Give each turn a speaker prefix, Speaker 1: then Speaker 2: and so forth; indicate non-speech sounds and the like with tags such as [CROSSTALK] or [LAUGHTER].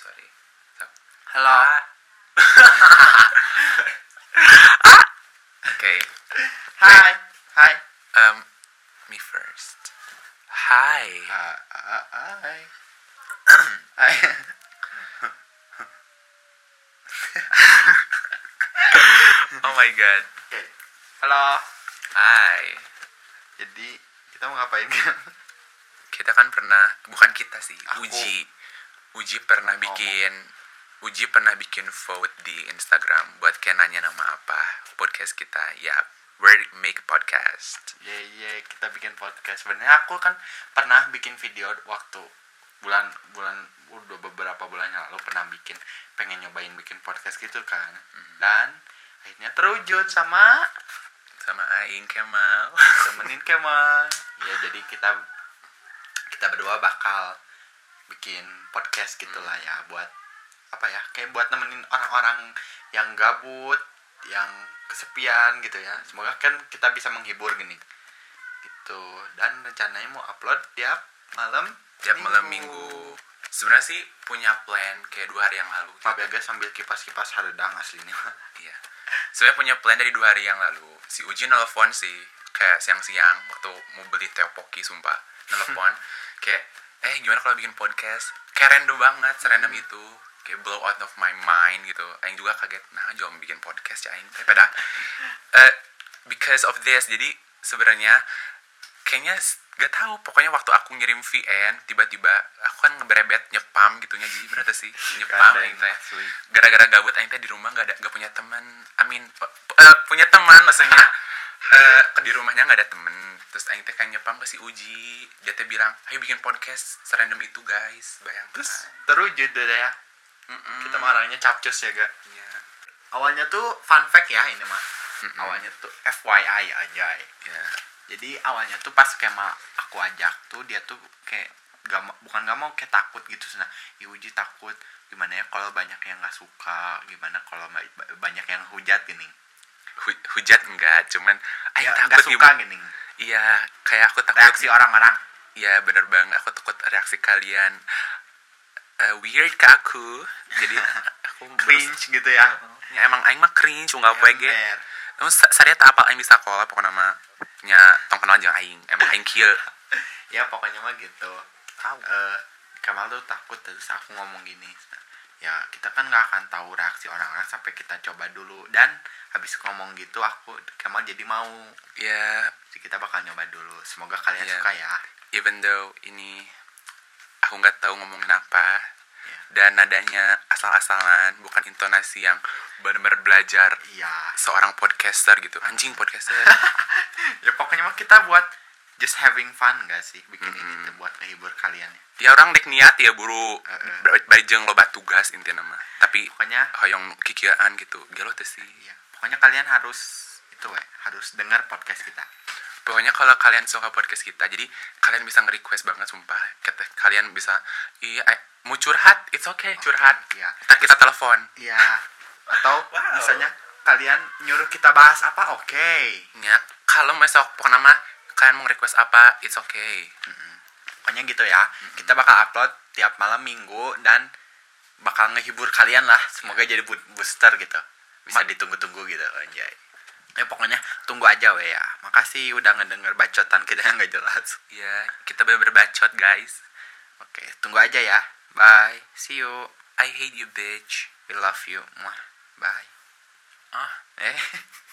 Speaker 1: สวัสดีครับ
Speaker 2: Hello.
Speaker 1: Ah. [LAUGHS] Okay.
Speaker 2: Hi. Hi.
Speaker 1: Um, me first. Hi.
Speaker 2: Uh, uh, hi. [COUGHS] hi.
Speaker 1: Oh my god.
Speaker 2: Okay. Halo.
Speaker 1: Hi.
Speaker 2: Jadi kita mau ngapain kan?
Speaker 1: Kita kan pernah, bukan kita sih,
Speaker 2: Aku.
Speaker 1: Uji. Uji pernah
Speaker 2: Ngomong.
Speaker 1: bikin, Uji pernah bikin vote di Instagram buat kayak nanya nama apa podcast kita. Ya, where make podcast.
Speaker 2: Iya iya kita bikin podcast. Sebenarnya aku kan pernah bikin video waktu bulan bulan udah beberapa bulan yang lalu pernah bikin pengen nyobain bikin podcast gitu kan. Dan akhirnya terwujud sama
Speaker 1: Sama Aing Kemal.
Speaker 2: temenin Kemal ya jadi kita kita berdua bakal bikin podcast gitulah ya buat apa ya kayak buat nemenin orang-orang yang gabut yang kesepian gitu ya semoga kan kita bisa menghibur gini gitu dan rencananya mau upload tiap malam
Speaker 1: Tiap malam minggu. Sebenarnya sih punya plan kayak dua hari yang lalu.
Speaker 2: Maaf ya guys sambil kipas-kipas haredang aslinya
Speaker 1: Iya. Sebenarnya punya plan dari dua hari yang lalu. Si Uji nelfon sih kayak siang-siang waktu mau beli teopoki sumpah. Nelfon kayak eh gimana kalau bikin podcast? Kayak random banget, serandom itu. Kayak blow out of my mind gitu. Aing juga kaget. Nah, jom bikin podcast ya aing. Tapi pada eh, because of this jadi sebenarnya kayaknya s- gak tahu pokoknya waktu aku ngirim VN tiba-tiba aku kan ngeberebet nyepam gitunya jadi berarti sih nyepam
Speaker 2: Gandeng,
Speaker 1: aing teh
Speaker 2: asli.
Speaker 1: gara-gara gabut aing teh di rumah gak ada gak punya teman amin p- p- eh, punya teman
Speaker 2: [LAUGHS]
Speaker 1: maksudnya Eh, ke di rumahnya gak ada temen terus aing teh kayak nyepam ke si Uji dia teh bilang ayo bikin podcast serandom itu guys bayangkan
Speaker 2: terus terwujud deh ya
Speaker 1: Mm-mm.
Speaker 2: kita mah orangnya capcus ya guys
Speaker 1: Iya.
Speaker 2: awalnya tuh fun fact ya ini mah awalnya tuh FYI aja
Speaker 1: Iya.
Speaker 2: jadi awalnya tuh pas kema aku ajak tuh dia tuh kayak gak ma- bukan gak mau kayak takut gitu nah Yuji takut gimana ya kalau banyak yang nggak suka gimana kalau ba- ba- banyak yang hujat gini
Speaker 1: Hu- hujat enggak cuman aing
Speaker 2: ya, nggak
Speaker 1: takut
Speaker 2: suka
Speaker 1: ibu-
Speaker 2: gini
Speaker 1: iya kayak aku takut
Speaker 2: reaksi orang-orang
Speaker 1: Iya bener bang, aku takut reaksi kalian eh, weird ke aku.
Speaker 2: [LAUGHS]
Speaker 1: Jadi aku berus-
Speaker 2: cringe Ya, gitu ya
Speaker 1: Ya, emang aing mah cringe, nggak poe ge.
Speaker 2: Ember.
Speaker 1: Namun sa- saya tak apa aing bisa sekolah pokoknya nama nya tong kenal jeung aing. Emang aing kieu.
Speaker 2: ya pokoknya mah gitu
Speaker 1: Tahu.
Speaker 2: Eh, Kamal tuh takut terus aku ngomong gini ya kita kan nggak akan tahu reaksi orang-orang sampai kita coba dulu dan habis ngomong gitu aku Kamal jadi mau
Speaker 1: Ya,
Speaker 2: Jadi kita bakal nyoba dulu semoga kalian
Speaker 1: Iya.
Speaker 2: suka ya
Speaker 1: even though ini aku nggak tahu ngomongin apa
Speaker 2: Iya.
Speaker 1: dan nadanya asal-asalan, bukan intonasi yang benar-benar belajar
Speaker 2: Iya.
Speaker 1: seorang podcaster gitu. Anjing podcaster.
Speaker 2: [LAUGHS] Ya pokoknya mah kita buat just having fun gak sih bikin ini tuh buat menghibur kalian. ya.
Speaker 1: ya orang dek niat ya buru
Speaker 2: Heeh.
Speaker 1: Ba- bajeng loba tugas intinya mah tapi
Speaker 2: Pokoknya
Speaker 1: hoyong kikiaan gitu gelo teh sih
Speaker 2: ya, pokoknya kalian harus itu we, harus dengar podcast kita.
Speaker 1: pokoknya kalau kalian suka podcast kita jadi kalian bisa nge-request banget sumpah kata kalian bisa iya eh, mau curhat it's okay curhat
Speaker 2: Oke, Iya.
Speaker 1: ntar kita telepon
Speaker 2: Iya. Atau
Speaker 1: Wow.
Speaker 2: misalnya kalian nyuruh kita bahas apa? Oke.
Speaker 1: ya kalau besok pokoknya mah kalian mau request apa it's okay
Speaker 2: Pokoknya gitu ya. Kita bakal upload tiap malam Minggu dan bakal ngehibur kalian lah. Semoga jadi bu- booster gitu. Bisa ditunggu-tunggu gitu anjay. Ya pokoknya tunggu aja we ya. Makasih udah ngedenger bacotan kita yang gak jelas.
Speaker 1: ya kita bener-bener bacot guys
Speaker 2: Oke, tunggu aja ya. Bye. See you.
Speaker 1: I hate you bitch
Speaker 2: We love you. Muah. Bye.
Speaker 1: ah
Speaker 2: Eh.